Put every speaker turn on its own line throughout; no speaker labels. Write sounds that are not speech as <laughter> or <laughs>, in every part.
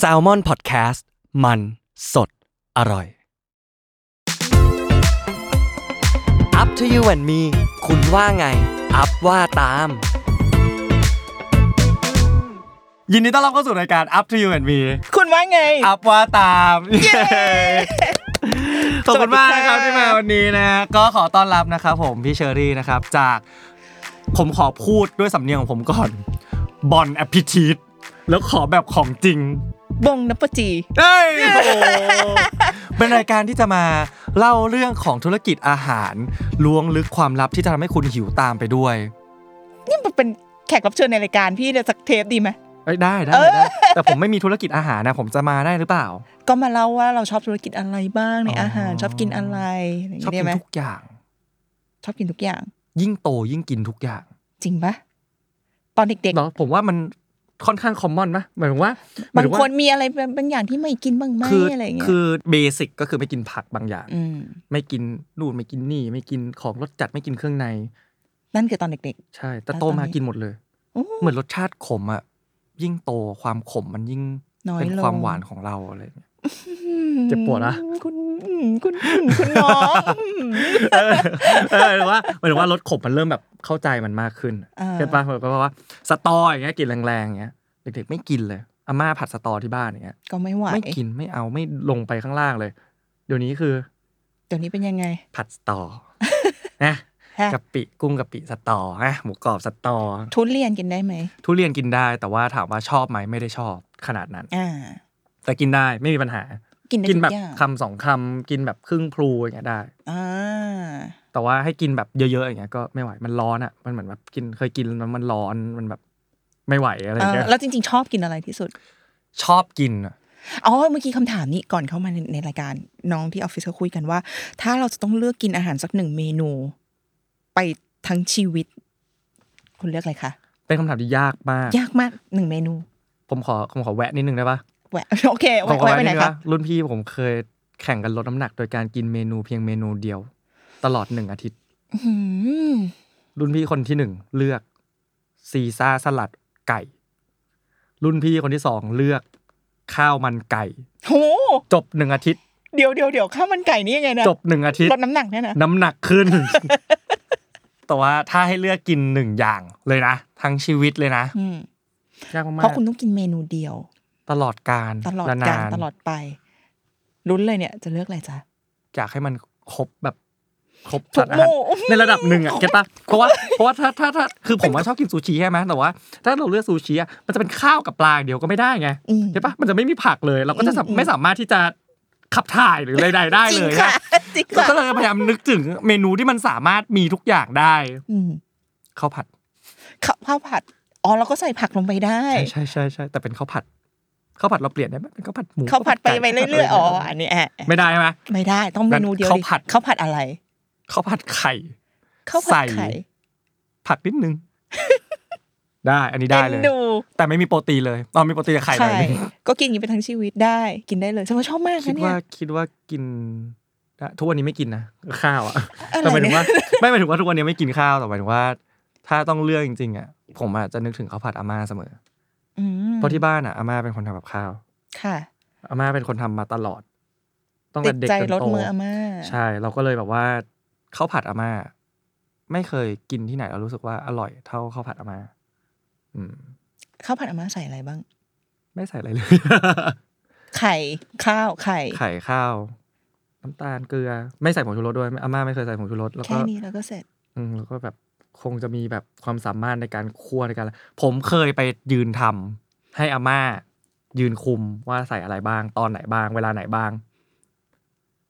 s a l m o n PODCAST มันสดอร่อย Up to you and me คุณว่าไง อัพว่าตาม
ยินดีต้อนรับเข้าสู่รายการ Up to You and Me
คุณว่าไง
อัพว่า
<laughs>
ตามขอบคุณมากนะครับ
สวัสดี
ที่
ค่ะ
มาวันนี้นะ ก็ขอต้อนรับนะครับผมพี่เชอรี่นะครับ จากผมขอพูดด้วยสำเนียงของผมก่อนบอ n แอปพิชีตแล้วขอแบบของจริง
บงนปจี
เอ้ยโอ้โหเป็นรายการที่จะมาเล่าเรื่องของธุรกิจอาหารล้วงลึกความลับที่จะทำให้คุณหิวตามไปด้วย
นี่มันเป็นแขกรับเชิญในรายการพี่เดี๋ยวสักเทปดีไหม
เอ้ยได้ได้
เออ
ได้ แต่ผมไม่มีธุรกิจอาหารนะ ผมจะมาได้หรือเปล่า
ก็มาเล่าว่าเราชอบธุรกิจอะไรบ้างใน
อ๋ออ
อาหารชอบกินอะไรอะไรอย่าง
ชอบ
เงี้ยได้
กิน
ไหม
ทุกอย่าง
ชอบกินทุกอย่าง
ยิ่งโตยิ่งกินทุกอย่าง
จริงปะตอนเด็ก
เนาะผมว่ามันค่อนข้างคอมมอนไหมหมายถึงว่า
ๆ
หมย
บาง
ถึว่
คนมีอะไรบางอย่างที่ไม่กินบ้างไหม
คือ
อะไรอย่างเงี้ย
คือเบสิกก็คือไม่กินผักบางอย่าง
ม
ไม่กินนู่นไม่กินนี่ ไม่กินของรสจัดไม่กินเครื่องใน
นั่นคือตอนเด็ก
ใช่แต่
แล้ว
โต
ตอน
มา
นี้
กินหมดเลย
ๆโอ้
เหมือนรสชาติขมอ่ะยิ่งโตความขมมันยิ่ง
น้อย
เป็น
ลง
ความหวานของเราอะไรอย่างเงี้ย เจ็บปวดนะ
คุณอืมคุณคุณคุณน้อง
เออ <laughs> เออหรือว่าหมายถึงว่ารสขมมันเริ่มแบบเข้าใจมันมากขึ้น
อ่า
ใช่ปะแบบว่าสตออย่างเงี้ยกินแรงๆอย่างเงี้ยเด็กๆไม่กินเลยอาม่าผัดสตอที่บ้านอย่างเงี้ย
ก็ไม่ไหว
ไม่กินไม่เอาไม่ลงไปข้างล่างเลย เดี๋ยวนี้คือ
เดี๋ยวนี้เป็นยังไง
ผัดส
<laughs>
ตอ นะ
ฮะ
กะปิกุ้งกะปิสตอนะหมูกรอบสตอ
ทุเรียนกินได้ไหม
ทุเรียนกินได้แต่ว่าถามว่าชอบไหมไม่ได้ชอบขนาดนั้น
อ่า
แต่กินได้ไม่มีปัญหา
กินได้
กิน
ทุ
แบบ
กอย่าง
คำสองคำกินแบบครึ่งพลูอย่างเงี้ยได้
อ่า
แต่ว่าให้กินแบบเยอะๆอย่างเงี้ยก็ไม่ไหวมันร้อนอ่ะมันเหมือนแบบกินเคยกินแล้วมันร้อนมันแบบไม่ไหวอะไรอย่างเงี้ย
เออแล้วจริงๆ ชอบกินอะไรที่สุด
ชอบกินอะ
อ๋อ เมื่อกี้คำถามนี้ก่อนเข้ามาในในรายการน้องที่ออฟฟิศเขาคุยกันว่า ถ้าเราจะต้องเลือกกินอาหารสักหนึ่งเมนู ไปทั้งชีวิต คุณเลือกอะไรคะ
เป็นคำถามที่ยากมาก
ยากมากหนึ่งเมนู
ผมขอผมขอแวะนิดนึงได้ปะ
แหวะ <laughs> โอเค
ผม
ไว้
ขอ
ไว้
แวะ
ไป
นิด
ไหน
นึง
คะ
นะรุ่นพี่ผมเคยแข่งกันลดน้ำหนักโดยการกินเมนูเพียงเมนูเดียว ตลอดหนึ่งอาทิตย์
อืม
รุ่นพี่คนที่หนึ่งเลือกซีซ่าสลัดไก่ รุ่นพี่คนที่สองเลือกข้าวมันไก่
โห
จบหนึ่งอาทิตย์
เดี๋ยวเดี๋ยวเดี๋ยวข้าวมันไก่นี่ยังไงนะ
จบหนึ่งอาทิต
ล
ย์
ดน้ำหนักเนี่ยนะ
น้ำหนักขึ้น <laughs> แต่ว่าถ้าให้เลือกกินหนึ่งอย่างเลยนะ ทั้งชีวิตเลยนะ
อืม
ยากมาก
เพราะคุณต้องกินเมนูเดียว
ๆตลอดการ
ตลอด
และน
การ
น
ตลอดไปลุ้นเลยเนี่ย จะเลือกอะไรจ๊ะ
อยากให้มันครบแบบครบ
ทุ
จั
ก
ดอาหาร
หมู่
ในระดับหนึ่งอ่ะเก็ตปะเพราะว่าเพราะว่าถ้าถ้าถ้าคือผมว่าชอบกินซูชิใช่ไหมแต่ว่า ถ้าเราเลือกซูชิอ่ะมันจะเป็นข้าวกับปลาอย่างเดียวก็ไม่ได้ไง
อืม
เก็ตปะมันจะไม่มีผักเลยเราก็จะสา
อืมอืม
ไม่สามารถที่จะขับถ่ายหรือใดๆได้
จริ
เล
ง
ย
ค่ะ
นะ
จริง
เรา
ค่ะ
ก็เลยพยายามนึกถึงเมนูที่มันสามารถมีทุกอย่างได้
อืม
ข้าวผัด
ข้าวข้าวผัด อ๋อเราก็ใส่ผักลงไปได้
ใช่ใช่ใช่ใช่แต่เป็นข้าวผัดข้าวผัดเราเปลี่ยนได้ไหมเป็นข้าวผัดหมู
ข้าวผัดไป
ข้ว
ไป
ก่
เรื่อยๆ อ๋อ อันนี้แอะ
ไม่ได้ใช่ไหม
ไม่ได้ ต้องเมนูเดียว
งั้นข้าวผัด
ข้าวผัดอะไร
ข้าวผัดไข่
ข้าวผั
ใส่
ดไข่
ผักนิดนึง ได้อันนี้ได้เลย
อ็นดู
แต่ไม่มีโปรตีนเลยตอนมีโปรตีนกับไข่หน่
ใช่
อยนึง
ก็กินอย่างนี้ไปทั้งชีวิตได้ กินได้เลยฉันว่าชอบมาก
คิ
นะ
ด
เนี่
ว่าย คิดว่ากินได้ทุกวันนี้ไม่กินนะข้าวอ่ะ
อะไร
แต่หมายถึงว่า
เนี่ย
ไม่หมายถึงว่าทุกวันนี้ไม่กินข้าวแต่หมายถึงว่า ถ้าต้องเลือกจริงๆอ่ะผมอ่ะจะนึกถึงข้าวผัดอาม่าเสมอ
อืม
เพราะที่บ้านอ่ะอาม่าเป็นคนทำกับข้าว
ค่ะ
อาม่าเป็นคนทำมาตลอดตั้ง
ติ
แต่
ด
เด็ก
ใจ
จน
รส
โต
มืออาม่า
ใช่ เราก็เลยแบบว่าข้าวผัดอาม่าไม่เคยกินที่ไหนแล้วรู้สึกว่าอร่อยเท่าข้าวผัดอาม่าอืม
ข้าวผัดอาม่าใส่อะไรบ้าง
ไม่ใส่อะไรเลย
<laughs> ไข่ข้าวไข่
ไข่ข้าวน้ำตาลเกลือ ไม่ใส่ผงชูรสด้วยอาม่าไม่เคยใส่ผงชูรสแล้ว
แค่
ก็
นี้แล้วก็เสร็จ
อืมแล้วก็แบบคงจะมีแบบความสามารถในการคั่วในการอะไรผมเคยไปยืนทำให้อาม่า ยืนคุมว่าใส่อะไรบ้าง ตอนไหนบ้าง เวลาไหนบ้าง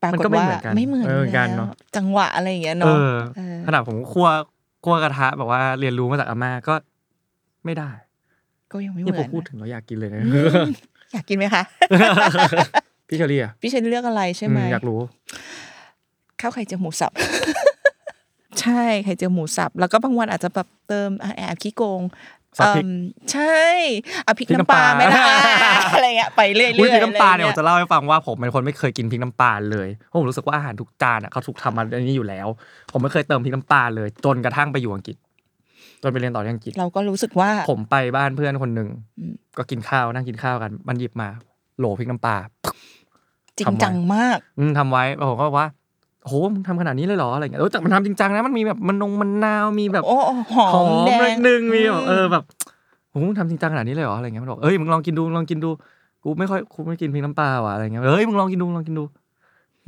ปราก
มัน
ฏ
ก็ไม่
ว่า
เหมือนกัน
ไม่เหมือน
เออ
แล้ว
กันเนอะ
จังหวะอะไรอย่างเงี้ย
เอ
เนาะ
อ
เออ
ขนาดผมคั่วคั่วกระทะแบบว่าเรียนรู้มาจากอาม่าก็ไม่ได้
ก็ยังไม่เห
นี่
มื
ผ
อ
ม
น
พูดถึงเราอยากกินเลยนะ
อยากกินไหมคะ
<laughs> พี่เชอรี่อ่ะ
พี่เชนเลือกอะไรใช่ไหม
อืมอยากรู้
ข้าวไข่เจียวหมูสับ <laughs> ใช่ ไข่เจียวหมูสับ แล้วก็บางวันอาจจะแบบเติมอ่ะแอบขี้โกง
ซอสพริก
เอิ่มใช่เอาพริก
พริก
น้ำปลา
น้ำปลา
ไหม
<laughs>
ล่ะ อะไรเงี้ยไปเรื่อยๆ
อุ้ยพริกน้ำปลา
อะ
เนี่ย
ไงี้
ผมจะเล่าให้ฟังว่าผมเป็นคนไม่เคยกินพริกน้ำปลาเลยเพราะผมรู้สึกว่าอาหารทุกจานอ่ะเขาถูกทำมาอันนี้อยู่แล้ว ผมไม่เคยเติมพริกน้ำปลาเลย จนกระทั่งไปอยู่อังกฤษ จนไปเรียนต่อที่อังกฤษ
เราก็รู้สึกว่า
ผมไปบ้านเพื่อนคนหนึ่ง
อืม
ก็กินข้าวนั่งกินข้าวกัน มันหยิบมา โหลพริกน้ำปลา
จริ
ทำ
ง
ไว้
จังมาก
อืมทำไว้แล้วผมก็บอกว่าโหมึงทำขนาดนี้เลยเหรออะไรเงี้ยเออแต่มันทำจริงจังนะมันมีแบบมันนงมันนาวมีแบบ
โอ้หอ
หอ
ม
ม
แด
นิ
ง
ดนึงมีแบบเออ
ม
แบบโหมึงทำจริงจังขนาดนี้เลยเหรออะไรเงี้ยมันบอกเอ้ยมึงลองกินดูมึงลองกินดูกูไม่ค่อยกูไม่กินพริกน้ำปลาว่ะอะไรเงี้ยเอ้ยมึงลองกินดูมึงลองกินดู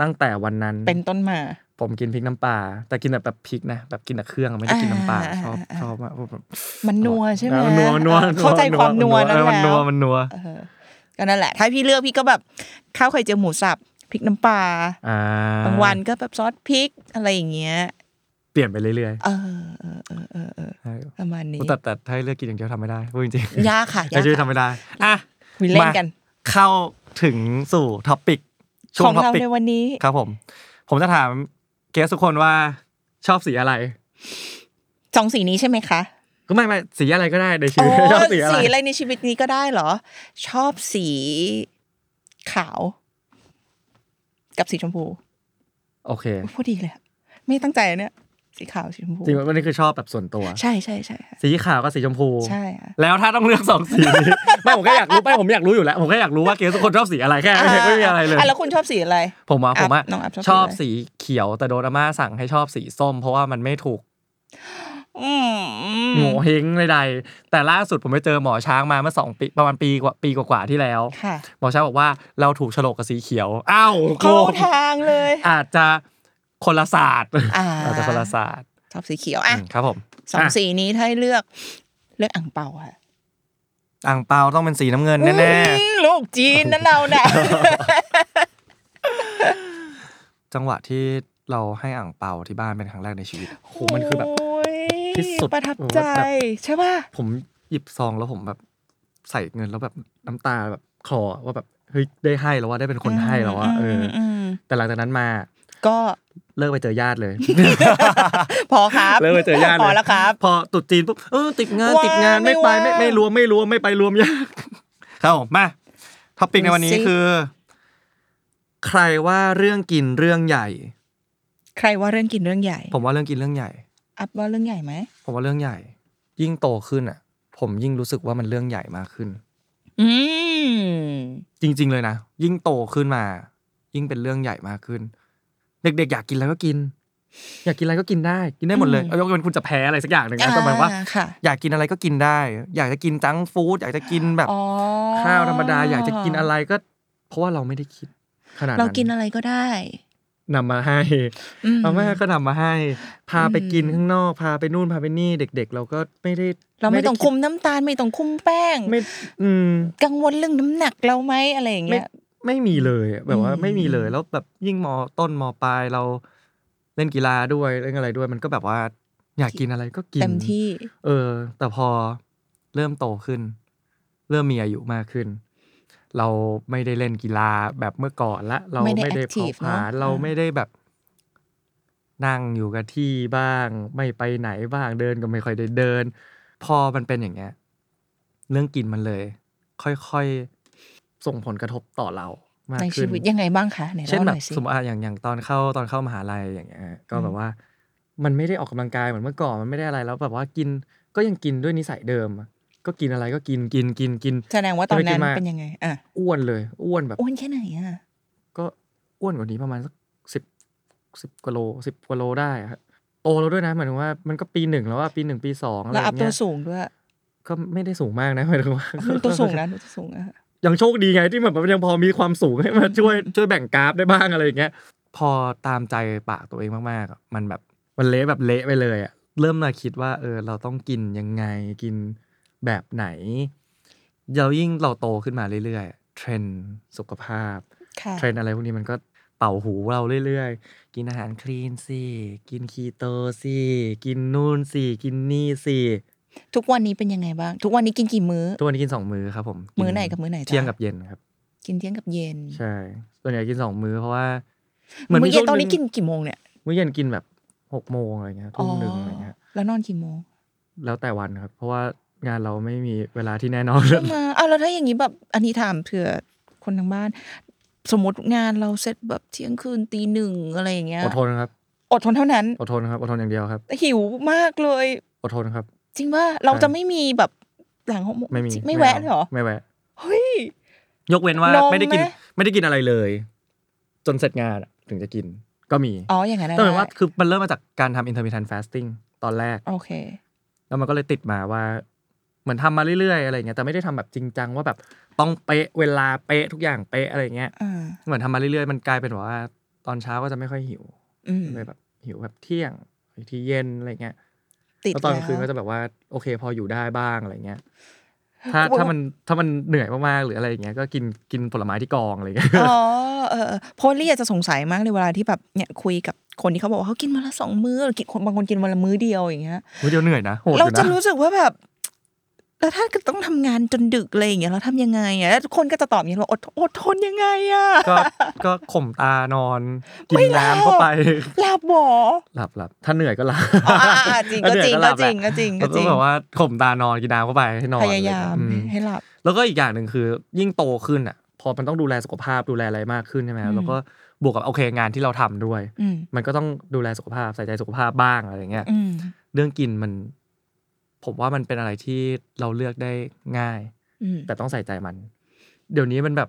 ตั้งแต่วันนั้น
เป็นต้นมา
ผมกินพริกน้ำปลาแต่กินแบบแบบพริกนะแบบกินแต่เครื่องอะไม่ได้กินน้ำปลา
อ่า
ชอบ
อ่า
ชอบมากแบบ
มันนัวใช่ไหม
มันนัวมันนัว
เออเข้าใจความนัว
มั
นั้น
เออมัน
แล้
นั
ว
วมันนัว
เออก็นั่นแหละ ถ้าพี่เลือกพี่ก็แบบข้าวไข่เจียวหมูสับพริกน้ำปลา
อ่า
บางวันก็แบบซอสพริกอะไรอย่างเงี้ย
เปลี่ยนไปเรื่อย
เออเออเออเออเออ
ๆใช่
ประมาณนี้
แต่แต่ถ้าให้เลือกกินอย่างเดียวทำไม่ได้พูดจริงๆ
ยากค่ะ
ใน
ยาก
ชีวิตทำ
ค่ะ
ไม่ได้อ่ะ
คุยเล่น
มา
กัน
เข้าถึงสู่ท็อปิกช่
ข
ว
อง ง
ท็อ
เรา
ปิก
ในวันนี้
<laughs> ครับผม ผมจะถามเกสทุกคนว่าชอบสีอะไร
สองสีนี้ใช่ไหมคะ
ก็ไม่ไม่สีอะไรก็ได้ในชี
โอ้
วิต <laughs> ชอบสีอะไร
สีอะไรในชีวิตนี้ก็ได้เหรอ ชอบสีขาว กับสีชมพู
โอเค
อุ๊ยพูดดีเลยอะไม่ตั้งใจอะเนี่ย สีขาวสีชมพู
จริงๆวันนี้คือชอบแบบส่วนตัว
ใช่ใช่ใช่ค่ะ
สีขาวกับสีชมพู
ใช่ค่ะ
แล้วถ้าต้องเลือกสองสีนี้ <laughs> ไม่ผมก็อยากรู้ไม่ผมอยากรู้อยู่แล้ว ผมก็อยากรู้ว่าเกสทุกคนชอบสีอะไรแค่
<laughs>
นั้นเองไม่มีอะไรเลย
แล้วคุณชอบสีอะไร
ผมว่า
อัพ
ผมว่า
น้องอัพชอบ
ชอบ
สีอะไร
สีเขียวแต่โดนอาม่าสั่งให้ชอบสีส้ม เพราะว่ามันไม่ถูก
อืม
โง่เฮงใดๆแต่ล่าสุดผมไปเจอหมอช้างมาเมื่อสองปีประมาณปีกว่าปีกว่าๆที่แล้ว
ค่ะ
หมอช้างบอกว่าเราถูกโฉลกกับสีเขียวอ้าวโก
เข้าง ทางเลย
อาจจะคนละศาสตร์
อ่า
อาจจะคนละศาสตร์
ชอบสีเขียวอ่ะ
อืมครับผม
สอง
ะ
สีนี้ถ้าให้เลือกเลือกอ่างเปาค่ะ
อ่างเปาต้องเป็นสีน้ำเงินแน่
อืมลูกจีนนั่นเราเนี่ย
ๆ จังหวะที่เราให้อ่างเปาที่บ้านเป็นครั้งแรกในชีวิตโหมันคือแบบ
โย
ที่สุด
ประทับใจ
แบบ
ใช่ป่ะ
ผมหยิบซองแล้วผมแบบใส่เงินแล้วแบบน้ำตาแบบคลอว่าแบบเฮ้ยได้ให้แล้วว่าได้เป็นคนให้แล้วว่าเอออ
ม
แต่หลังจากนั้นมา
ก็
เลิกไปเจอญาติเลย
พอครับ
เลิกไปเจอญาติ
พ
เย
อแล้วครับ
พอตรุดจีนปุ๊บเออติดงาน
ว้า
ติดงาน
ไม่
ไม่ไป
ว่าง
ไม่ไม่รวมไม่รวมไม่ไปรวมย <laughs> ากครับผมมาท็อปิกในวันนี้
ดูสิ
คือ ใครว่าเรื่องกินเรื่องใหญ่
ใครว่าเรื่องกินเรื่องใหญ่
ผมว่าเรื่องกินเรื่องใหญ่
อัพว่าเรื่องใหญ่ไหม
ผมว่าเรื่องใหญ่ ยิ่งโตขึ้นอ่ะ ผมยิ่งรู้สึกว่ามันเรื่องใหญ่มากขึ้น
อืม
จริง ๆ เลยนะยิ่งโตขึ้นมา ยิ่งเป็นเรื่องใหญ่มากขึ้น เด็ก ๆ อยากกินอะไรก็กิน อยากกินอะไรก็กินได้ กินได้หมดเลย
อืม
เอายกเว้นคุณจะแพ้อะไรสักอย่างหนึ่งนะแต่หมายว่า
อ่ค่ะ
อยากกินอะไรก็กินได้ อยากจะกินจังก์ฟู้ดอยากจะกินแบบ
อ๋อ
ข้าวธรรมดาอยากจะกินอะไรก็ เพราะว่าเราไม่ได้คิด ขนาดนั้น
เรากินอะไรก็ได้
นำมาให้
อืม
อาม่าก็นำมาให้ พาไป
อืม
กินข้างนอก พาไปนู่นพาไปนี่เด็ก ๆ เราก็ไม่ได้
เราไม่ต้อง
ด้ด
คุมน้ำตาลไม่ต้องคุมแป้ง
ไม่อืม
กังวลเรื่องน้ำหนักเราไหมอะไรอย่างเงี้ย
ไม่มีเลยอะแบบว่า
อืม
ไม่มีเลยแล้วแบบยิ่งมอต้นมอปลายเราเล่นกีฬาด้วยเล่นอะไรด้วย มันก็แบบว่า อยากกินอะไรก็กิน
เต็มที่
เออ แต่พอเริ่มโตขึ้น เริ่มมีอายุมากขึ้น เราไม่ได้เล่นกีฬาแบบเมื่อก่อนละ เรา
ไม่
ไม่
ได้
ได้เผา
active
ผลาญ
เนอะ
เรา
อ่า
ไม่ได้แบบ นั่งอยู่กับที่บ้าง ไม่ไปไหนบ้างเดินก็ไม่ค่อยได้เดิน พอมันเป็นอย่างเงี้ย เรื่องกินมันเลย ค่อยๆส่งผลกระทบต่อเรามาก
ใน
ขึ้
ชี
น
วิตยังไงบ้างคะไหน
เช่น
เล่าห
แบบ
น่อยสิ
สมมติอ่ะอย่างอย่างตอนเข้าตอนเข้ามหาลัยอย่างเงี้ยก็แบ
อื
บ
ม
ว่า มันไม่ได้ออกกำลังกายเหมือนเมื่อก่อนมันไม่ได้อะไรแล้วแบบว่ากินก็ยังกินด้วยนิสัยเดิมอะก็กินอะไรก็กินกินกินกิน
แสดงว่าตอนนั้น
จะไปกินมา
เป็นยังไงอ่ะ
อ้วนเลยอ้วนแบบ
อ้วนแค่ไหนอ่ะ
ก็อ้วนกว่านี้ประมาณสักสิบสิบกว่าโลสิบกว่าโลได้อะครับโตแล้วด้วยนะหมายถึงว่ามันก็ปีหนึ่งแล้วว่าปีหนึ่งปีสองอะไรอ
แล้วอัพ
ย่าง
ตั
เงี้
วย สูงด้วย
ก็ไม่ได้สูงมากนะหมายถึงว่า
หนูตัวสูง
<laughs>
นะหนูตัวสูงอะ
ยังโชคดีไงที่แบบมันยังพอมีความสูงให้มา <laughs> ช่วยช่วยแบ่งกราฟได้บ้างอะไรอย่างเงี้ย พอตามใจปากตัวเองมากๆอะมันแบบมันเละแบบเละไปเลยอะเริ่มมาคิดว่า เออ เราต้องกินยังไงกินแบบไหนเรายิ่งเราโตขึ้นมาเรื่อยๆเทรนด์สุขภาพ
ค่ะ
เทรนด์อะไรพวกนี้มันก็เป่าหูเราเรื่อยๆ กินอาหารคลีนสิกินคีโตสิกินนู่นสิกินนี่สิ
ทุกวันนี้เป็นยังไงบ้าง ทุกวันนี้กินกี่มื้อ
ทุกวันนี้กินสองมื้อครับผม
มื้อไหนกับมื้อไหนจ๊ะ
เที่ยงกับเย็นครับ
กินเที่ยงกับเย็น
ใช่ส่วนใหญ่กินสองมื้อเพราะว่าห
มื้อเย็น
ช่วง
ตอน
ห
นี้
ง
กินกี่โมงเนี่ย
มื้อเย็นกินแบบหกโมงอะไรเงี้ยทุ่มหนึ่งอะไรเงี้ย
แล้วนอนกี่โมง
แล้วแต่วันครับ เพราะว่างานเราไม่มีเวลาที่แน่นอน
ก็มาเอาแล้วถ้าอย่างนี้แบบอันนี้ถามเผื่อคนทางบ้าน สมมติงานเราเสร็จแบบเที่ยงคืนตีหนึ่งอะไรอย่างเงี้ย
อดทนครับ
อดทนเท่านั้น
อดทนครับ อดทนอย่างเดียวครับ
หิวมากเลย
อดทนครับ
จริงว่าเราจะไม่มีแบบหลังหกโมง
ไม่มี
ไม่แวะเลยเหรอ
ไม่แวะ
เฮ้ย
ยกเว้นว่า
ลอง
ไม่ได้กิน
ไหม
ไม่ได้กินอะไรเลย จนเสร็จงานอะถึงจะกินก็มี
อ๋ออย่างนั้นนะ
แต่หมายว่าคือมันเริ่มมาจากการทำ intermittent fasting ตอนแรก
โอเค
แล้วมันก็เลยติดมาว่า เหมือนทำมาเรื่อยๆอะไรเงี้ยแต่ไม่ได้ทำแบบจริงจังว่าแบบต้องเป๊ะเวลาเป๊ะทุกอย่างเป๊ะอะไรเงี้ย
อ่า
เหมือนทำมาเรื่อยๆ มันกลายเป็นแบบว่า ตอนเช้าก็จะไม่ค่อยหิว
อืม
เลยแบบหิวแบบเที่ยงอีกทีเย็นอะไรเงี้ย
ติด
แล้วตอนกลางคืน
แล้ว
ก็จะแบบว่าโอเคพออยู่ได้บ้างอะไรเงี้ยถ้า
กูบอก
ถ้า
ว่า
มันถ้ามันเหนื่อยมากๆหรืออะไรอย่างเงี้ยก็กินกินผลไม้ที่กองอะไรเงี้ย
อ๋อเออเออเพราะลี่อาจจะสงสัยมากเลยเวลาที่แบบเนี่ยคุยกับคนที่เขาบอกว่าเขากินวันละสองมื้อหรือกินคนบางคนกินวันละมื้อเดียวอย่างเงี้ย
เฮ้ยเดี๋ยวเหนื่อยนะโหดอ
เรา
ยู่
จะ
นะ
รู้สึกว่าแบบแล้วถ้าต้องทำงานจนดึกเลยอย่างเงี้ยเราทำยังไงอ่ะแล้วทุกคนก็จะตอบอย่างเงี้ยเราอดอดทนยังไงอ่ะ
ก็ก็ข่มตานอนกิ
ไม่
น
หลับ
น้ำเข้าไป
หลับหมอ
หลับหลับถ้าเหนื่อยก็หลับ
อ๋ออ่ะอ่ะอ่ะจริงก็
ถ้าเห
จริ
นื่
ง
อย
ก็
หลับ
จ
แห
ริ
ละ
งก็จริง
เรา
ก็จ
ต้อ
ริ
ง
ง
แบบว่าข่มตานอนกินน้ำเข้าไปให้นอน
พยายาม
อะไรอย่างเงี้ยอืม
ให้หลับ
แล้วก็อีกอย่างหนึ่งคือ ยิ่งโตขึ้นอ่ะ พอมันต้องดูแลสุขภาพดูแลอะไรมากขึ้นใช่ไหม
อืม
แล้วก็บวกกับโอเคงานที่เราทำด้วย
อืม
มันก็ต้องดูแลสุขภาพใส่ใจสุขภาพบ้างอะไรอย่างเงี้ย
อืม
เรื่องกินมัน ผมว่ามันเป็นอะไรที่เราเลือกได้ง่าย
อืม
แต่ต้องใส่ใจมัน เดี๋ยวนี้มันแบบ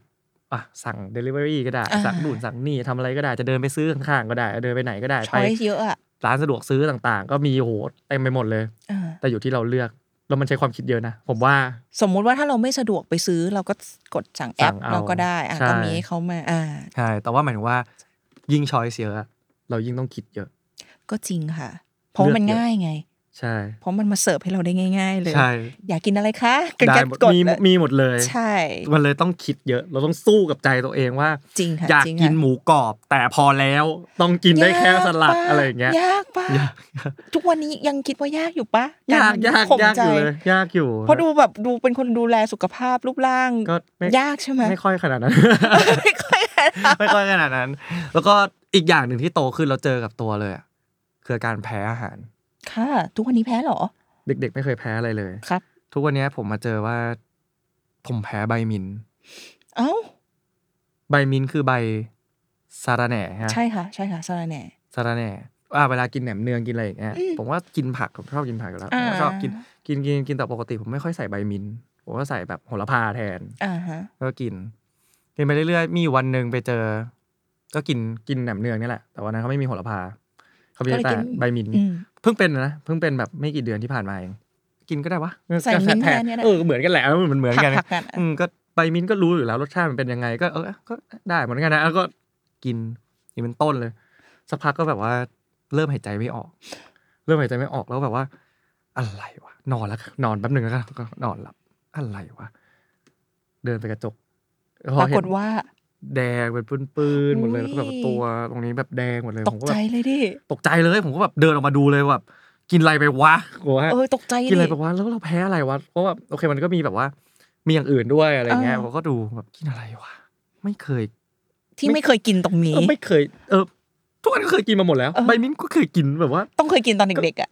อ่ะสั่ง Delivery ก็ได้
อ่า
สั่งนู่นสั่งนี่ทำอะไรก็ได้จะเดินไปซื้อข้างๆก็ได้ เดินไปไหนก็ได้
ช้
ไป
อยเยอะอ่ะ
ร้านสะดวกซื้อต่างๆ ก็มีโหเต็มไปหมดเลย
อ่า
แต่อยู่ที่เราเลือก แล้วมันใช้ความคิดเยอะนะ ผมว่า
สมมุติว่าถ้าเราไม่สะดวกไปซื้อเราก็กดสั่งแอป
สั่งเอา
เราก็ได้อ่ะ
ใช่
ก็มีให้เขามาอ่า
ใช่แต่ว่าหมายถึงว่า ยิ่งช้อยเสียอะเรายิ่งต้องคิดเยอะ
ก็จริงค่ะ เพราะว่ามัน
เลือกเยอะ
ง่ายไง
ใช่
เพราะมันมาเสิร์ฟให้เราได้ง่าย ๆ เลย
ใช่
อยากกินอะไรคะก็
ได้หมด
กด
มี
เลย
มีหมดเลย
ใช่
มันเลยต้องคิดเยอะ เราต้องสู้กับใจตัวเองว่า
จริงค่ะ
อยาก
จริง
กิน
ค่ะ
หมูกรอบ แต่พอแล้วต้องกินได้แค่สลัด
ป
อะไรอย่างเงี้ย
ยากปะ
ยาก
ทุกวันนี้ยังคิดว่ายากอยู่ปะ
ยากยาก
ข่ม
ยาก
ใจ
อยู่เลย ยากอยู่
เพราะดูแบบดูเป็นคนดูแลสุขภาพรูปร่าง
ก็ไม่
ยากใช่ไหม
ไม่ค่อยขนาดนั้น
<laughs> ไม่ค่อย
ไม่ค่อยขนาดนั้น แล้วก็อีกอย่างหนึ่งที่โตขึ้นเราเจอกับตัวเลยอะคืออาการแพ้อาหาร
ค่ะ ทุกวันนี้แพ้เหรอ
เด็กๆ ไม่เคยแพ้อะไรเลย
ครับ
ทุกวันนี้ผมมาเจอว่า ผมแพ้ใบมิน
เอ้า
ใบมินคือใบสาระแหน่ฮะ
ใช่ค่ะ ใช่ค่ะสาระแหน่
สาระแหน่อ่าเวลากินแหนมเนืองกินอะไรอย่างเงี้ย
อืม
ผมว่ากินผักผมชอบกินผักอยู่แล้ว
อ่า
ผมชอบกินกินกินกินแต่ปกติ ผมไม่ค่อยใส่ใบมินผมก็ใส่แบบโหระพาแทน
อ่าฮะ
ก็กินกินไปเรื่อยๆ มีอยู่วันหนึ่งไปเจอ ก็กินกินแหนมเนืองนี่แหละ แต่วันนั้นเขาไม่มีโหระพา เขามี
ก็เลย
แต่
กิน
ใบมิน
อืม
เพิ่งเป็นนะเพิ่งเป็นแบบไม่กี่เดือนที่ผ่านมาเองกินก็ได้วะ
ใส่มิ้นท์แทนเนี่ยนะ
เออเหมือนกันแหละเหมือนเหมือนกัน
ผักๆกัน
อืมก็ใบมินก็รู้อยู่แล้วรสชาติมันเป็นยังไง ก็เออก็ได้เหมือนกันนะแล้วก็กินกินเป็นต้นเลย สักพักก็แบบว่า เริ่มหายใจไม่ออก เริ่มหายใจไม่ออกแล้วแบบว่า อะไรวะนอนแล้วนอนแป๊บหนึ่งแล้วกันก็นอนหลับอะไรวะเดินไปกระจก
ปราก
เห็
ฏ
น
ว่า
แดงเป็นปื้นๆหมดเลยแล้วก็แบบ
อุ๊ย
ตัวตรงนี้แบบแดงหมดเลย
ต
ผ
ก
มก็
ใจ
แบบ
เลยดิ
ตกใจเลยผมก็แบบเดินออกมาดูเลยว่าแบบกินอะไรไปวะกลัวฮะ
เออตกใจ
กินอะไร
ดิ
ไปวะแล้วเราแพ้อะไรวะเพราะว่าโอเคมันก็มีแบบว่า มีอย่างอื่นด้วยอะไรเงี้ย
เออ
ผมก็ดูแบบกินอะไรวะไม่เคย
ที่ไม่เคยกินตรง
เอ
นี้
อไม่เคย เออ ทุกอันก็เคยกินมาหมดแล้ว
เออ
ใบมิ้นก็เคยกินแบบว่า
ต้องเคยกินตอนเด็กๆอ่ะ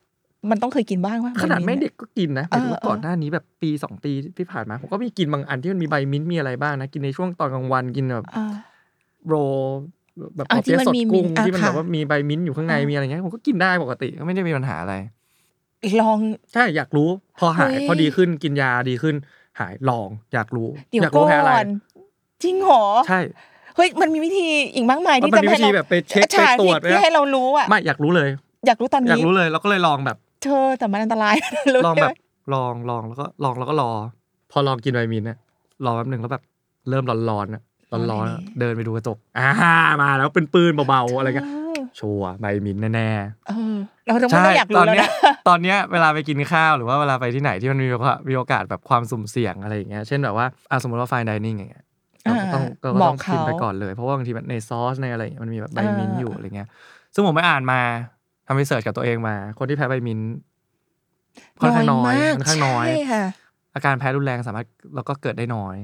มันต้องเคยกินบ้างว่า
ขนาดแม่เด็
ย
กก็กินนะหมายถึงว่า
เออเออ
ก่อนหน้านี้แบบปีสองปีที่ผ่านมาผมก็มีกินบางอันที่มันมีใบมิ้นมีอะไรบ้างนะกินในช่วงตอนกลางวันกินแบบ
อ่า
โรลแบบ
อ่ะ
ปอเปี๊ยะ
ที่มัน
สด
มีมิ้
กุ้
น
ง
อ่ะ
ที่มันแบบ
ค่ะ
ว่ามีใบมิ้นอยู่ข้างใน
อ่ามี
มีอะไรเงี้ยผมก็กินได้ปกติก็ไม่ได้มีปัญหาอะไร
ลอง
ใช่อยากรู้พอหาย
เฮ้ย
พอดีขึ้นกินยาดีขึ้น หายลองอยากรู้
เดี๋ยว
อยาก
ก่
รู้แพ้อะไร
อนจริงเหรอ
ใช่
เฮ้ยมันมีวิธีอีกมากมายที่
มัน
จะ
มีวิ
ให้
ธี
เรา
แบบไปเช็ค
ใ
ไปตรวจ
ที่
นะ
ให้เรารู้อ่ะ
ไม่อยากรู้เลย
อยากรู้ตอน
อยาก
นี้
รู้เลยเราก็เลยลองแบบ
เธอแต่มันอันตราย <laughs> รู้
ลองแบ
ใช่ไหม
บลองลองแล้วก็ลองแล้วก็รอ พอลองกินไวมินนะรอแป๊บหนึ่งแล้วแบบเริ่มร้อนๆนะร้อนๆอะเดินไปดูกระจกอ่ามาแล้วเป็นปืนเบาๆอะไรเงี้ย
เออ
ชัวร์ใบมินแน่ๆ
เออ เราต้อง
ใช่
ไม่อยาก
ตอน
รู้แล้ว
เนี้ย
นะ
ตอนเนี้ยเวลาไปกินข้าวหรือว่าเวลาไปที่ไหนที่มันมีแบบว่ามีโอกาสแบบความสุ่มเสี่ยงอะไรอย่างเงี้ยเช่นแบบว่าอ่ะสมมติว่าไฟดิเนอย่างเงี้ยเราก็ต้อง
อ่า
ก็ก็
บ
ต้
อ
อก ง
เขา
กินไปก่อนเลย เพราะว่าบางทีมันในซอสในอะไรอย่างเงี้ยมันมีแบบใบมิ้นท์
อ่า
อยู่อะไรเงี้ย ซึ่งผมไปอ่านมาทำรีเสิร์ชกับตัวเองมา คนที่แพ้ใบมิ้นท์ค่อนข้างน้อย
มาก
ค่อนข้างน้อย
ใช่ค่ะ
อาการแพ้รุนแรงสามารถแล้วก็เกิดได้น้อย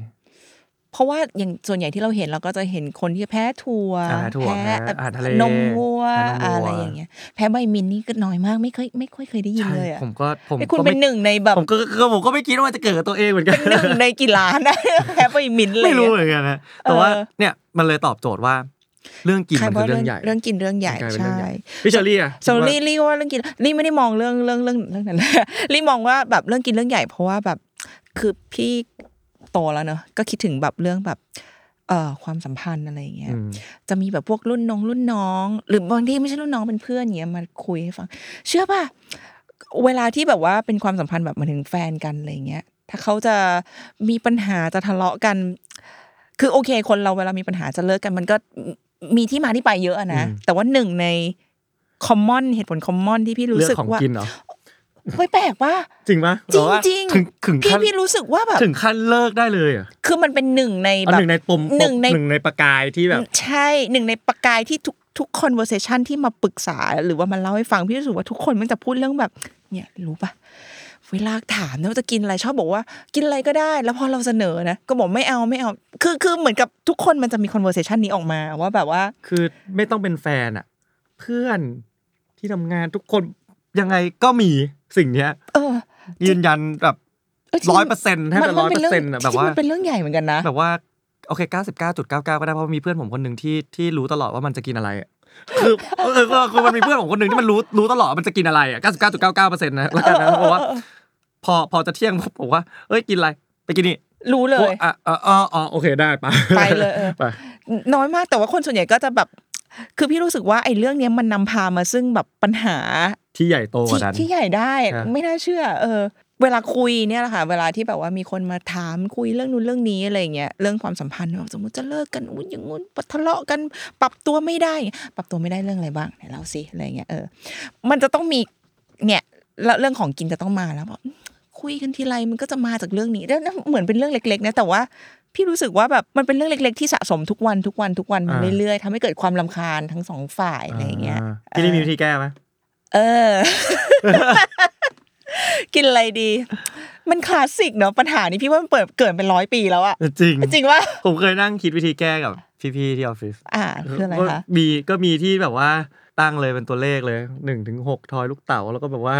เพราะว่าอย่างส่วนใหญ่ที่เราเห็นเราก็จะเห็นคนที่แพ้ถั่ว
อ่าแพ้ถั่วแพ้อาหารทะเล
นมวัว
แพ้นมวัว
อะไรอย่างเงี้ย แพ้ใบมินนี่ก็น้อยมากไม่เคยไม่ค่อยเคยได้ยิน
ใช่
เลยอ่ะ
ผมก็ผม
ไอ้คุณ
ก็
เป็นหนึ่งในแบบ
ผมก็ <laughs> ก็ผมก็ไม่คิดว่ามันจะเกิดกับตัวเองเหมือนกัน
เป็นหนึ่งในกี่ล้านนะ <laughs> แพ้ใบมินเลย
ไม่รู้เหมือนกันนะ แต่ว่า
เออ
เนี่ยมันเลยตอบโจทย์ว่า เรื่องกินมัน
ใค
คือเรื่องใหญ่
เรื่องกินเรื่องใหญ่
มันกลายเป็นเรื่อ
ใช่
งใหญ่ พี่เชอรี่อะ
โซลี่ลี่ว่าเรื่องกินลี่ไม่ได้มองเรื่องเรื่องเรื่องเรื่องนั้น <laughs> ลี่มองว่าแบบเรื่องกินเรื่องใหญ่ เพราะว่าแบบคือพี่โตแล้วเนอะก็คิดถึงแบบเรื่องแบบเอ่อความสัมพันธ์อะไรอย่างเงี้ย
อืม
จะมีแบบพวกรุ่นน้องรุ่นน้อง หรือบางที่ไม่ใช่รุ่นน้องเป็นเพื่อนอย่างเงี้ยมาคุยให้ฟัง เชื่อป่ะเวลาที่แบบว่าเป็นความสัมพันธ์แบบหมายถึงแฟนกันอะไรเงี้ย ถ้าเขาจะมีปัญหาจะทะเลาะกัน คือโอเค คนเราเวลามีปัญหาจะเลิกกัน มันก็มีที่มาที่ไปเยอะอะนะแต่ว่าหนึ่งในคอมมอนเหตุผลคอมมอนที่พี่รู้
เรื่อง
สึก
ของ
ว่า
กินเหรอ
เฮ้ยแปลกว่า
จริงปะ
จริง
หอว่า
จริง
ถึงถึง
พี่
ขั้น
พี่รู้สึกว่าแบบ
ถึงขั้นเลิกได้เลยอ่ะ
คือมันเป็นหนึ่งใน
เอา
แบ
หนึ่
บ
งในปม
หนึ่งใน
หนึ่งในประกายที่แบบ
ใช่หนึ่งในประกายที่ทุกทุก conversation ที่มาปรึกษา หรือว่ามาเล่าให้ฟังพี่รู้สึกว่าทุกคนมันจะพูดเรื่องแบบ เนี่ยรู้ปะเวลาถามนะว่าจะกินอะไรชอบบอกว่า กินอะไรก็ได้ แล้วพอเราเสนอนะก็บอกไม่เอาไม่เอา คือคือเหมือนกับทุกคนมันจะมี conversation นี้ออกมาว่าแบบว่า
คือไม่ต้องเป็นแฟนอ่ะ เพื่อนที่ทำงานทุกคนยังไงก็มีสิ่งเนี้ย
เออ
ยืนยันแบบ
เออจง
ร้อยเปอร์เซ็นต์แทบจะร้อย
ป็
เปอร์
ง
เซ็นต์อะแบบ
จริง
ว่า
มันเป็นเรื่องใหญ่เหมือนกันนะ
แบบว่าโอเค 99.99 ก็ได้เพราะมีเพื่อนผมคนหนึ่งที่ที่รู้ตลอดว่ามันจะกินอะไรอะคือเออคือคือมันมีเพื่อนผมคนหนึ่งที่มันรู้รู้ตลอดว่ามันจะกินอะไรอ่ะ99.99%นะแล้วกันนะเพราะว่า พอพอจะเที่ยงผมว่าเอ้ยกินอะไรไปกินนี่
รู้เล
โอ้
ย
อ่ะอ่ะอ๋ออ๋อโอเคได้ไป
ไปเลยเออ
ไป
น้อยมากแต่ว่าคนส่วนใหญ่ก็จะแบบ คือพี่รู้สึกว่าไอ้เรื่องเนี้ยมันนำพามาซึ่งแบบปัญหา
ที่ใหญ่โตกว่า
ที่
นั้น
ที่ใหญ่ได้
ครับ
ไม่น่าเชื่อ เออ เวลาคุยเนี่ยแหละค่ะ เวลาที่แบบว่ามีคนมาถามคุยเรื่องนู้นเรื่องนี้อะไรอย่างเงี้ยเรื่องความสัมพันธ์บอกสมมติจะเลิกกันอุ้ยอย่างงู้นทะเลาะกัน ปรับตัวไม่ได้ ปรับตัวไม่ได้เรื่องอะไรบ้างไหนเล่าสิอะไรอย่างเงี้ยเออ มันจะต้องมีเนี่ยแล้วเรื่องของกินจะต้องมาแล้วบอกคุยกันทีไรมันก็จะมาจากเรื่องนี้แล้วนะเหมือนเป็นเรื่องเล็ก ๆ นะแต่ว่า พี่รู้สึกว่าแบบมันเป็นเรื่องเล็ก ๆ ที่สะสมทุกวันทุกวันทุกวันมา
อ่า
เรื่อยๆทำให้เกิดความลำคาญทั้งสองฝ่ายอะไรอย่างเงี้ย
ที่นี่มีวิธีแก้ไหม
เออ <laughs> กินอะไรดี มันคลาสสิกเนาะปัญหานี้พี่ว่ามันเปิดเกิดเป็นร้อยปีแล้วอะ
จริง
จริงว่า
ผมเคยนั่งคิดวิธีแก้กับพี่ๆที่ออฟฟิศ
อ่าคืออะไร
ก็
คะ
มีก็มีที่แบบว่าตั้งเลยเป็นตัวเลขเลยหนึ่งถึงหกทอยลูกเต๋าแล้วก็แบบว่า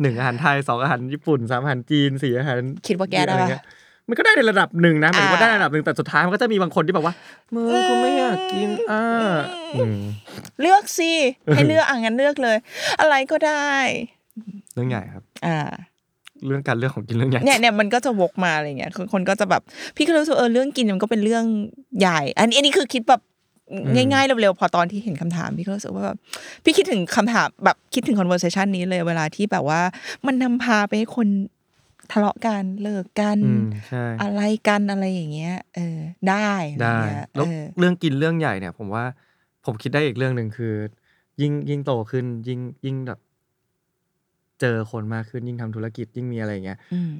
หนึ่งอาหารไทยสองอาหารญี่ปุ่นสามอาหารจีนสี่อาหาร
คิดว่าแกได้
อะไร
ปะ
เงี้ยมันก็ได้ในระดับหนึ่งนะหมายถึงว่าได้
อ่า
ในระดับหนึ่งแต่สุดท้ายมันก็จะมีบางคนที่แบบว่ามึงกูไม่อยากกินอ่ะอืม
เลือกสิให้เลือกอ่ะงั้นเลือกเลย อะไรก็ได้
เรื่องใหญ่ครับ
อ่า
เรื่องการเลือกของกินเรื่องใหญ่
<laughs> เนี่ยเนี่ยมันก็จะวกมาอะไรเงี้ยคือคนก็จะแบบ พี่ก็รู้สึกเออเรื่องกินมันก็เป็นเรื่องใหญ่ อันนี้อันนี้คือคิดแบบง่ายๆเร็วๆพอตอนที่เห็นคำถามพี่ก็รู้สึกว่าแบบพี่คิดถึงคำถามแบบคิดถึง conversation นี้เลยเวลาที่แบบว่า มันนำพาไปให้คนทะเลาะกันเลิกกัน
อืมใช่
อะไรกันอะไรอย่างเงี้ย เออ ได้อะไร
ได้
เงี้ย
แล้ว
เออ
เรื่องกินเรื่องใหญ่เนี่ย ผมว่าผมคิดได้อีกเรื่องหนึ่งคือ ยิ่งยิ่งโตขึ้นยิ่งยิ่งแบบ เจอคนมากขึ้นยิ่งทำธุรกิจยิ่งมีอะไรอย่างเงี้ย
อืม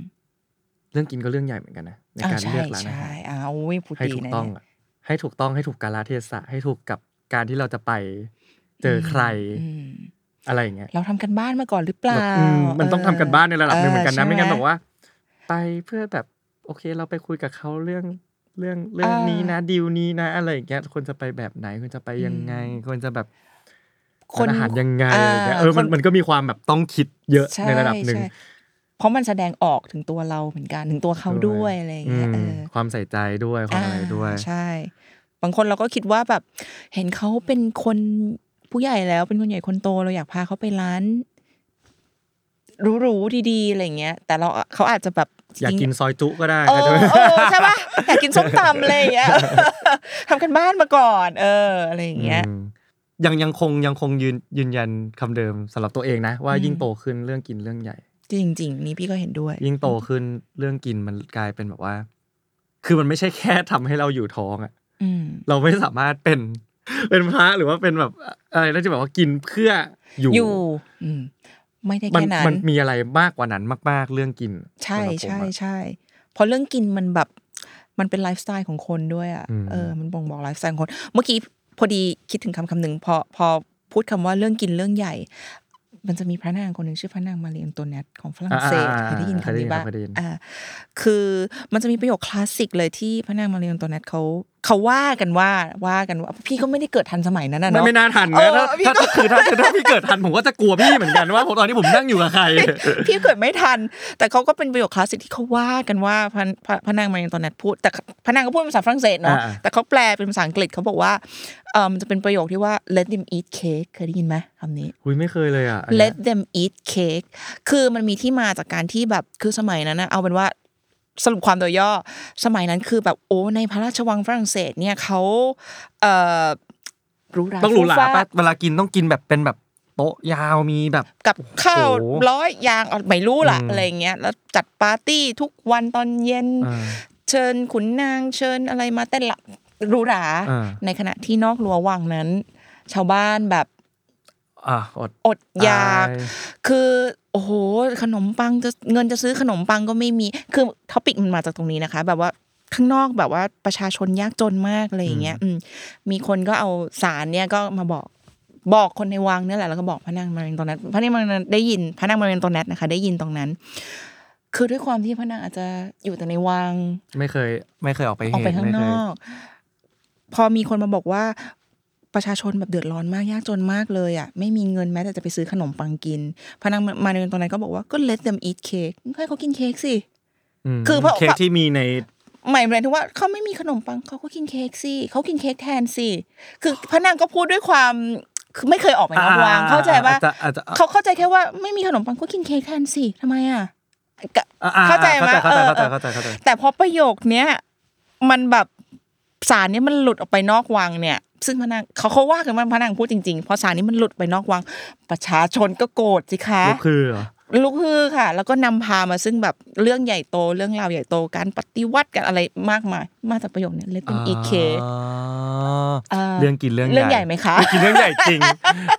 เรื่องกินก็เรื่องใหญ่เหมือนกันนะใน
อ่า
การ
ใช่
เลือกร้านอา
ใช่
หาร
อ้าวอุ้ยพูด
ให้
ดี
ถูก
นะ
ต้อง
เนี่ย
อะให้ถูกต้องให้ถูกกาลเทศะให้ถูกกับการที่เราจะไปเจอใคร
อืม
อะไรอย่างเงี้ย
เราทำกันบ้านมาก่อนหรือเปล่า
แบบอืมมันต้องทำกันบ้านในระดับหนึ่งเหมือนกันนะ ไม่งั้น
ใช่
แบบว่า ไปเพื่อแบบ โอเค เราไปคุยกับเขาเรื่องเรื่องเรื่อง
อ่านี้
นี้นะดีลนี้นะ อะไรอย่างเงี้ยควรจะไปแบบไหนควรจะไปยังไง
อืม
ควรจะแบบ
ค
คน
น
อาหารยังไงอะ
อ่า
ไรอย่างเงี้ยเออมัน
คน
มันก็มีความแบบต้องคิดเยอะ
ช่
ในระดับหนึ่ง
ใช่เพราะมันแสดงออกถึงตัวเราเหมือนกันถึงตัวเขาด้วยอะไรอย่างเงี้ย
อืม
เออ
ความใส่ใจด้วยความอะไรด้วย
อ่าใช่ บางคนเราก็คิดว่าแบบ เห็นเขาเป็นคนผู้ใหญ่แล้วเป็นคนใหญ่คนโตเราอยากพาเขาไปร้าน หรูๆดีๆอะไรอย่างเงี้ย แต่เราเขาอาจจะแบบ
อยากกินซอยจุก็ได้
เออ
ใช่ไหม
เออใช่ป่ะอยากกินส้มตำอะไรอย่างเงี้ย
<laughs>
ทำกันบ้านมาก่อน เออ อะไรอย่างเงี้ย
อืมยังยังคงยังคงยืนยืนยันคำเดิมสำหรับตัวเองนะ ว่า
อืม
ยิ่งโตขึ้นเรื่องกินเรื่องใหญ่
จริง ๆ นี่พี่ก็เห็นด้วย
ยิ่งโตขึ้นเรื่องกินมันกลายเป็นแบบว่า คือมันไม่ใช่แค่ทำให้เราอยู่ท้องอะ
อืม
เราไม่สามารถเป็น เป็นพระหรือว่าเป็นแบบอะไรแล้วจะแบบว่ากินเพื่ออยู่
อยู่ อืม ไม่ได้
มัน
แค่นั้น
มันมีอะไรมากกว่านั้นมาก ๆ เรื่องกิน
ใช่
สำหรับผมอ
ใช่
ะ
ใช่เพราะเรื่องกินมันแบบมันเป็นไลฟ์สไตล์ของคนด้วยอ่ะ
อืม
เออมันบ่งบอกไลฟ์สไตล์ของคน เมื่อกี้พอดีคิดถึงคำคำหนึ่งพอพอพูดคำว่าเรื่องกินเรื่องใหญ่ มันจะมีพระนางคนหนึ่งชื่อพระนางมาเรียนตัวเนตของฝรั่งเศสเคยได้ยินคำนี้บ้าง
เคยได้ยิน
อ่าคือมันจะมีประโยคคลาสสิกเลยที่พระนางมาเรียนตัวเนตเขา เขาว่ากันว่าว่ากันว่า พี่ก็ไม่ได้เกิดทันสมัยนั้นนะ
ไม่
เนาะ
ไม่น่าทัน
เอ
นะ
อ
ถ้า
พี่
ถ้าถ้า
ก็
คือถ้าถ้าพี่เกิดทันผมก็จะกลัวพี่เหมือนกันว่าผมตอนนี้ผมนั่งอยู่กับใคร
พี่เกิดไม่ <laughs> ทัน แต่เขาก็เป็นประโยคคลาสสิกที่เขาว่ากันว่าพระพระพระนางมารีอันโตอนนัดพูด แต่พระนางก็พูดเป็นภาษาฝรั่งเศสเนาะ
อ่า
แต่เขาแปลเป็นภาษาอังกฤษเขาบอกว่าเออมันจะเป็นประโยคที่ว่า let them eat cake เคยได้ยินไหมคำนี้
อุ้ยไม่เคยเลยอ่ะอันเนี้ย
let them eat cake คือมันมีที่มาจากการที่แบบคือสมัยนั้นนะเอาเป็นว่าสรุปความโดยย่อ สมัยนั้นคือแบบโอ้ในพระราชวังฝรั่งเศสเนี่ยเขาเอ่อหรู้รา
ต้องหรูหรา
ฟูฟ้
ปะเวลากินต้องกินแบบเป็นแบบโต๊ะยาวมีแบบ
กับข้าว
โอ้โห
ร้อยอยางเอาไม่รู้ล่ะ
อืม
อะไรอย่างเงี้ยแล้วจัดปาร์ตี้ทุกวันตอนเย็น
อ่า
เชิญขุนนางเชิญอะไรมาเต้นละหรูหรา
อ่า
ในขณะที่นอกรั้ววังนั้น ชาวบ้านแบบ
อ่ะอด
อดอยาก
ต
คือโอ้โหขนมปังจะเงินจะซื้อขนมปังก็ไม่มี คือท็อปิกมันมาจากตรงนี้นะคะ แบบว่าข้างนอกแบบว่าประชาชนยากจนมากอะไรอย่างเงี้ยอืมมีคนก็เอาสารเนี่ยก็มาบอกบอกคนในวังเนี่ยแหละแล้วก็บอกพระนางมาเรนตอนนั้นพระนางมาเรนได้ยินพระนางมาเรนตอนนั้นนะคะ ได้ยินตรงนั้น คือด้วยความที่พระนางอาจจะอยู่แต่ในวัง
ไม่เคยไม่เคยออกไป
ออกไป
เห็
ข้าง
ม่
น
เคย
อก พอมีคนมาบอกว่าประชาชนแบบเดือดร้อนมากยากจนมากเลยอ่ะไม่มีเงินแม้แต่จะไปซื้อขนมปังกิน พนักมาเรียนตอนนั้นก็บอกว่าก็ let them eat cake ให้เขากินเค้กสิ
ม
คือเพราะ
เค้กที่มีใน
หมายหมายถึงว่าเขาไม่มีขนมปังเขาก็กินเค้กสิเขากินเค้กแทนสิคือพนักก็พูดด้วยความคือไม่เคยออกไปนอกวาง
อ่า
เข้าใจว่า
อาจจะอาจจะ
เขาเข้าใจแค่ว่าไม่มีขนมปังก็กินเค้กแทนสิทำไมอ่ะกะ
อ่อ่
เข้าใจไหม
เข้าใจ
เออ
เข้าใจเข้าใจเข้าใจ
แต่พอประโยคเนี้ยมันแบบสารเนี้ยมันหลุดออกไปนอกวังเนี่ย ซึ่งพระนางเขาเขาว่ากันว่าพระนางพูดจริงๆเพราะสารนี้มันหลุดไปนอกวัง ประชาชนก็โกรธสิคะ
ลูกคือเหรอ
ลุกฮือค่ะ แล้วก็นำพามาซึ่งแบบเรื่องใหญ่โตเรื่องราวใหญ่โตการปฏิวัติกันอะไรมากมาย มาจากประโยคเนี้ยเลตเป็นอีเค
เรื่องกินเรื่องใหญ่
เรื่องใหญ่ไหมคะ
กินเรื่องใหญ่จริง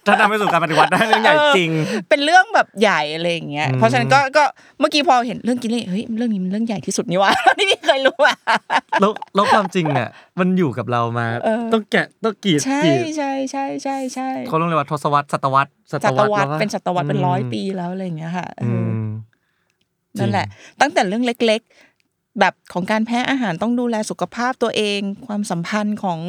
ถ้าทำไปสู่การปฏิวัติได้เรื่องใหญ่จริง
เป็นเรื่องแบบใหญ่อะไรอย่างเงี้ย
อืม
เพราะฉะนั้นก็ก็เมื่อกี้พอเห็นเรื่องกินเลยเฮ้ยเรื่องนี้มันเรื่องใหญ่ที่สุดนี่หวะ ที่ <laughs> ไม่เคยรู้อ่ะ
แล้วแล้วความจริงอ่ะมันอยู่กับเรามา
เออ
ต้องแกะต้องกรีด
ใช่
กรีด
ใช่ใช่ใช่ใช่
เขาต้องเรียกว่าทศวรรษศตวรรษ
ศตวรรษ
แล้ะ
เป็นศตวรรษเป็นร้อยปี
ม
แล้วอะไรอย่างเงี้ยค่ะเอ
อื
อ
ม จริง
นั่นแหละ ตั้งแต่เรื่องเล็ก ๆ แบบของการแพ้อาหารต้องดูแลสุขภาพตัวเอง ความสัมพันธ์ของ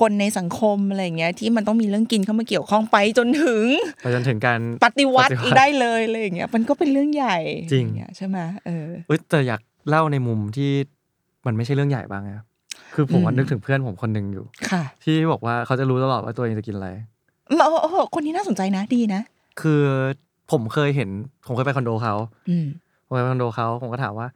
คนในสังคมอะไรอย่างเงี้ย ที่มันต้องมีเรื่องกินเข้ามาเกี่ยวข้องไปจนถึง
ไปจนถึงการ
ปฏิวัติ
ปฏิวัติ
ได้เลยอะไรอย่างเงี้ยมันก็เป็นเรื่องใหญ่
จริง
อะไอย่าเยใช่ไหมเออ
เอ้ยแต่อยากเล่าในมุมที่มันไม่ใช่เรื่องใหญ่บ้างนะคือผมว่า
อืม
นึกถึงเพื่อนผมคนหนึ่งอยู่
ค่ะ
ที่บอกว่าเขาจะรู้ตลอดว่าตัวเองจะกินอะไร
มาโอ้โหคนนี้น่าสนใจนะดีนะ
คือผมเคยเห็น ผมเคยไปคอนโดเขา
อืม
ผมไปคอนโดเขาผมก็ถามว่า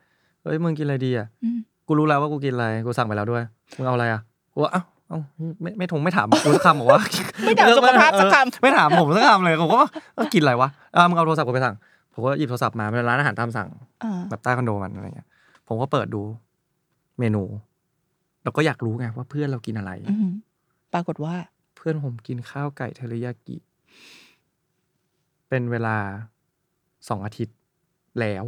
เฮ้ยมึงกินอะไรดีอ่ะ
อืม
กูรู้แล้วว่ากูกินอะไรกูสั่งไปแล้วด้วยมึงเอาอะไรอ่ะกูว่าเอ้าเอ้าไม่ไม่ทงไม่ถามกูสักคำบอกว่า
<laughs> ไม่ด่าสุขภาพสักคำ
ไม่ถามผมสักคำเลยผมก็ว่าเอ้ากินอะไรวะเออมึงเอาโทรศัพท์กูไปสั่งผมก็หยิบโทรศัพท์มาเป็นร้านอาหารตามสั่ง
อ่า
แบบใต้คอนโดมันอะไรเงี้ย ผมก็เปิดดูเมนู แล้วก็อยากรู้ไงว่าเพื่อนเรากินอะไร
อืมปรากฏว่า
เพื่อนผมกินข้าวไก่เทริยากิ เป็นเวลาสองอาทิตย์แล้ว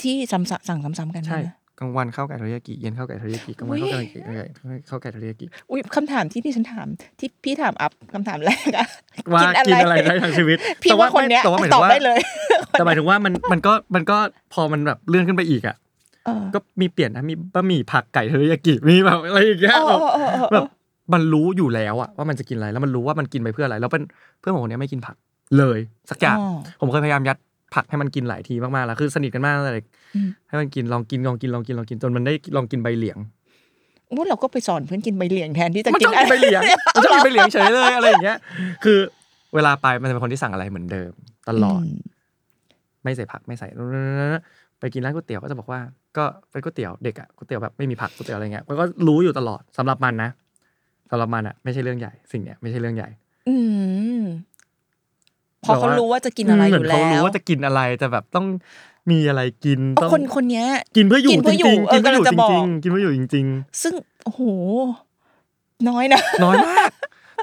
ที่ซ้ำๆสั่งซ้ำๆกัน
ใช่
นะ
กลางวันข้าวไก่เทริยากิเย็นข้าวไก่เทริยากิกลางวัน
อุ๊
ข้าวย ไก่เทริยากิข้าวไก่เทริยากิ
อุ้ยคำถามที่ที่ฉันถามที่พี่ถามอัพคำถามแรกอะ
ว่า
กิ
กิ
น
น
อะ
อะไร ไรได้ทั้งชีวิต
<laughs> พี่
แต่
ว่าคนเนี้ย
แต่ว่าหมาย
ต
ถึ
อบ
งว่า
ได้เลย
แต่หมายถึงว่ามันมันก็มันก็พอมันแบบเลื่อนขึ้นไปอีกอ่ะ
เออ
ก็มีเปลี่ยนนะมีบะหมี่ผักไก่เทริยากิมีแบบอะไรอย่างเงี้ย
เอ
แบ
อ
บ
เออเออเอ
แบบ
อ
มันรู้อยู่แล้วอะว่ามันจะกินอะไรแล้วมันรู้ว่ามันกินไปเพื่ออะไร แล้วเป็นเพื่อนผมคนเนี้ยไม่กินผักเลยสักอย่าง
อ
ผมเคยพยายามยัดผักให้มันกินหลายทีมากๆแล้วคือสนิทกันมากตั้งแต่เด็ก
อืม
ให้มันกินลองกินลองกินลองกินลองกินจนมันได้ลองกินใบเหลียง
วุ้นเราก็ไปสอนเพื่อนกินใบเหลียงแทนที่จะ
มัน
กิ
ช
น
อบกิ
อะ
น
ไร
ใบเหลียง <laughs> มันชอบกินใบเหลียงเฉยเลยอะไรอย่างเงี้ย คือเวลาไปมันจะเป็นคนที่สั่งอะไรเหมือนเดิม ตลอด
ม
ไม่ใส่ผักไม่ใส่ไปกินร้านก๋วยเตี๋ยวก็จะบอกว่า ก็เป็นก๋วยเตี๋ยวเด็กอะก๋วยเตี๋ยวแบบไม่มีผักก๋วยเตี๋ยวอะไรเงี้ยมันก็รู้อยู่ตลอดสำหรับมันนะสำหรับมันอะไม่ใช่เรื่องใหญ่สิ่งเนี้ยไม่ใช่เรื่องใหญ่
อืมเพอเขารู้ว่าจะกินอะไรอยู่
เหมืนเขา
แล้ว
รู้ว่าจะกินอะไรแต่แบบต้องมีอะไรกิน
เพ
ต้อ
ราะ
ง
คนคนเนี้ย
กินเพื่ออยู่
กินเพื่
จ
ออยู่
ริงๆ
เอ
กิ
อน
เพื่ออยู่จ
กำลังจะบอก
ริงๆกินเพื่ออยู่จริง
ซึ่งโอ้โหน้อยนะ
ๆ น้อยมาก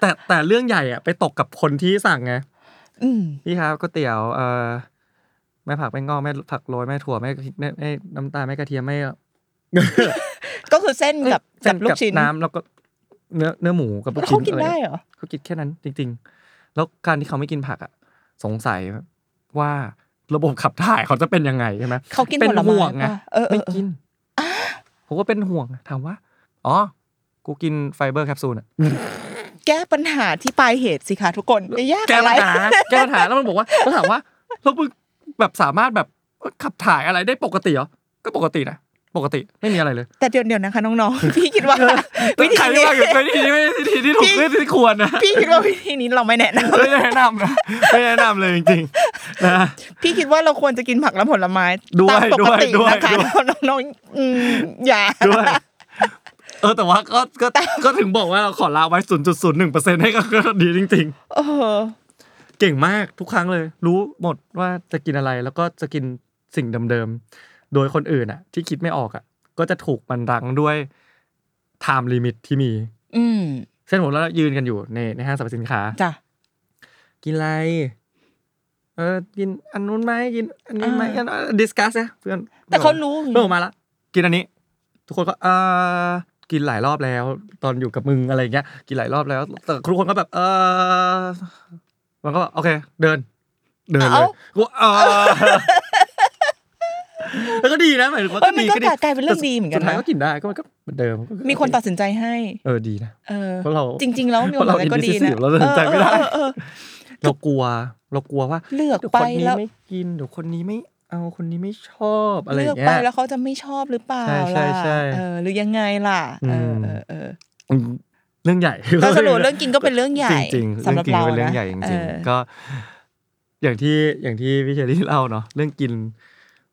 แต่แต่เรื่องใหญ่อะไปตกกับคนที่สั่งไง
อืม
พี่ครับก๋วยเตี๋ยวเอ่อไม่ผักไม่งอกไม่ผักโรยไม่ถั่วไม่ไม่ไม่น้ำตาลไม่กระเทียมไม่
<laughs> ก็คือเส้นกับ
เส้
กับลูกชิ้น
น้ำแล้วก็เนื้อเนื้อหมูกับลูก
แล้ว
ชิ้
เขา
น
กิน
อะไร
ได้เหรอ
เขากินแค่นั้นจริง ๆ แล้วการที่เขาไม่กินผักอะสงสัยว่าระบบขับถ่ายเขาจะเป็นยังไงใช่ไหม
เขากิน
เป็
ผ
น
ลไม้
ห่วงไง
ป่ะเออเอ
ไม่
อเออ
กินผมก็เป็นห่วงอะถามว่า อ๋อ กูกินไฟเบอร์แคปซูลอะ
แก้ปัญหาที่ปลายเหตุสิคะทุกคนไม่ยาก
แก้
อะไร
ปัญหาแก้ปัญหาแล้วมันบอกว่าแล้วถามว่าแล้วมึงแบบสามารถแบบขับถ่ายอะไรได้ปกติเหรอ ก็ปกตินะปกติไม่มีอะไรเลย
แต่เดี๋ยวเดี๋ยวนะคะน้องๆ พี่คิดว่าวิธี
ใคร
นี้
ว่าอยู่ในที่นี้ไม่ใช่วิธีที่ถูก
พี่
ไม่ที่ควรนะ
พี่คิดว่าวิธีนี้เราไม่แนะน
ไม่แนะนำนะไม่แนะนำเลยจริงๆนะ
ำพี่คิดว่าเราควรจะกินผักและผลไม้
ด้วย
ตามปกติ
ด้วย
นะคะ
ด้วย
น้องๆอืมอย่า
ด้วย เออแต่ว่าก็ก็ก็ถึงบอกว่าเราขอลาไว้ศูนย์จุดศูนย์หนึ่งเปอร์เซ็นต์ให้ก็ก็ดีจริง ๆ
เออ
เก่งมากทุกครั้งเลย รู้หมดว่าจะกินอะไรแล้วก็จะกินสิ่งเดิมๆ โดยคนอื่นอ่ะ ที่คิดไม่ออกอ่ะ ก็จะถูกมันรังด้วยไทม์ลิมิตที่มี
อืม
เช่นผมแล้วยืนกันอยู่ในในห้างสรรพสินค้า
จ้ะ
กินอะไร เออกินอันนู้นไหมกินอันนี้ไหม
อ่า
กันดิสคัสนะเพื่อน
แต่เขารู้
เพื่อนออกมาละกินอันนี้ ทุกคนก็เออกินหลายรอบแล้ว ตอนอยู่กับมึงอะไรเงี้ย กินหลายรอบแล้ว แต่ทุกคนก็แบบ เออมันก็แบบโอเค เดิน เดินเล
เอ้า
ยกูเออแล้วก็ดีนะหมายถึงว่า
เอ้
ก็
ยมัน
ดี
ก็
ก็ดี
กลายเป็นเรื่องดีเหมือนกั
สุ
น
ดท้าย
นะ
ก็กินได้ก็มันก็เหมือนเดิมก็
มีคนตัดสินใจให้
เออดีนะ
เออ
เพราะเรา
จริง ๆ แล้วมีคนตัดสินใจก็ดีนะ
เราตัดสินใจไม่ได้
เออเออเออ
เรากลัว เรากลัวว่า
เลือก
เดี๋ยว
ไป
คนนี้
แล้ว
ไม่กินเดี๋ยวคนนี้ไม่เอาคนนี้ไม่ชอบอะไรอ
เลือก
ย่างเงี้
ไป
ย
แล้วเขาจะไม่ชอบหรือเปล่า
ใช่
ล่ะ
ใช่ใช่
เออ หรือยังไงล่ะ เออ
ม
เออเออ
อืมเรื่องใหญ่
ก็สรุปเรื่องกินก็เป็นเรื่องใหญ่
จริงๆ
สำหรับ
จงๆ
เรา
เป็นเรื่อ
นะ
งใหญ่จ
เอ
ริง
อ
ๆก็ อย่างที่อย่างที่พี่เชอรี่ <laughs> เล่าเนาะเรื่องกิน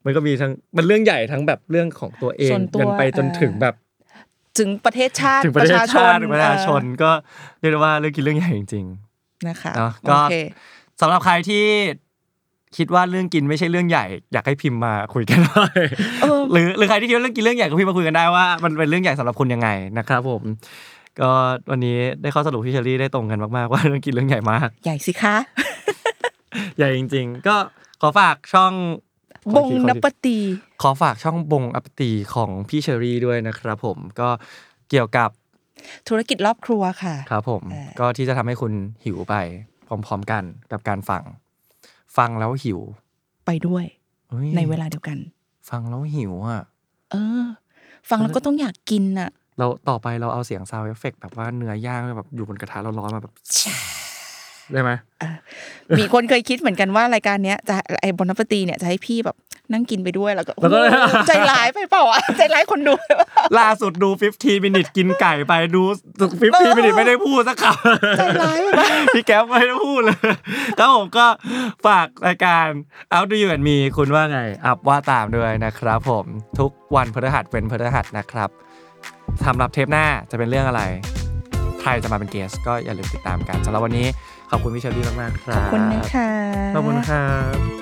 มันก็มีทั้งมันเรื่องใหญ่ทั้งแบบเรื่องของตัวเอง
ส่วนตัว
กันไปจนถึงแบบ
ถึงประเทศชาติ
ถึงประเทศชาติถึง
ป
ประ ระ
ชา
ชาช
ช
น
น
ก็เรียกได้ว่าเรื่องกินเรื่องใหญ่จริง
เออนะคะ
เนอะก็
โอเค
ๆสำหรับใครที่คิดว่าเรื่องกินไม่ใช่เรื่องใหญ่ อยากให้พิมพ์มาคุยกันหน่อย
เออ
<laughs> หรือหรือใครที่คิดว่าเรื่องกินเรื่องใหญ่ก็พิมพ์มาคุยกันได้ว่ามันเป็นเรื่องใหญ่สำหรับคุณยังไงนะครับผม ก็วันนี้ได้ข้อสรุปที่เชอรี่ได้ตรงกันมากๆว่าเรื่องกินเรื่องใหญ่มาก
ใหญ่สิคะ
ใหญ่จริง ๆ ก็ขอฝากช่อง
บงนปตี
ขอฝากช่องบงอัปตีของพี่เชอรี่ด้วยนะครับผมก็เกี่ยวกับ
ธุรกิจรอบครัวค่ะ
ครับผม
เอ่อ
ก็ที่จะทำให้คุณหิวไปพร้อม ๆ กันกับการฟัง ฟังแล้วหิว
ไปด้วย
เฮ้ย
ในเวลาเดียวกัน
ฟังแล้วหิวอ่ะ
เออ ฟังแล้วก็ต้องอยากกินอ่ะ <laughs>
เราต่อไปเราเอาเสียงซาวเอฟเฟกแบบว่าเนื้อย่างแบบอยู่บนกระทะร้อนๆมาแบบได้ไหม
มีคนเคยคิดเหมือนกันว่ารายการเนี้ยจะไอ้บอนปตีเนี่ยจะให้พี่แบบนั่งกินไปด้วยแล้วก็
แล้วก็
โอ้โหใจร้ายไปเปล่าวะใจร้ายคนดู <laughs>
ล่าสุดดู 15 minute กินไก่ไปดู 15 minute ไม่ได้พูดสักคำ
ใจร้ายไปปะ
<laughs> พี่แก๊ปไม่ได้พูดเลย <laughs> ครับผมก็ฝากรายการ Out Do You and Me คุณว่าไง อัพว่าตามด้วยนะครับผมทุกวันพฤหัสเป็นพฤหัสนะครับสำหรับเทปหน้าจะเป็นเรื่องอะไร ใครจะมาเป็นเกสก็อย่าลืมติดตามกันสำหรับวันนี้ขอบคุณพี่เชอรี่มากๆครับ
ขอบคุณนะคะ
ขอบคุณครับ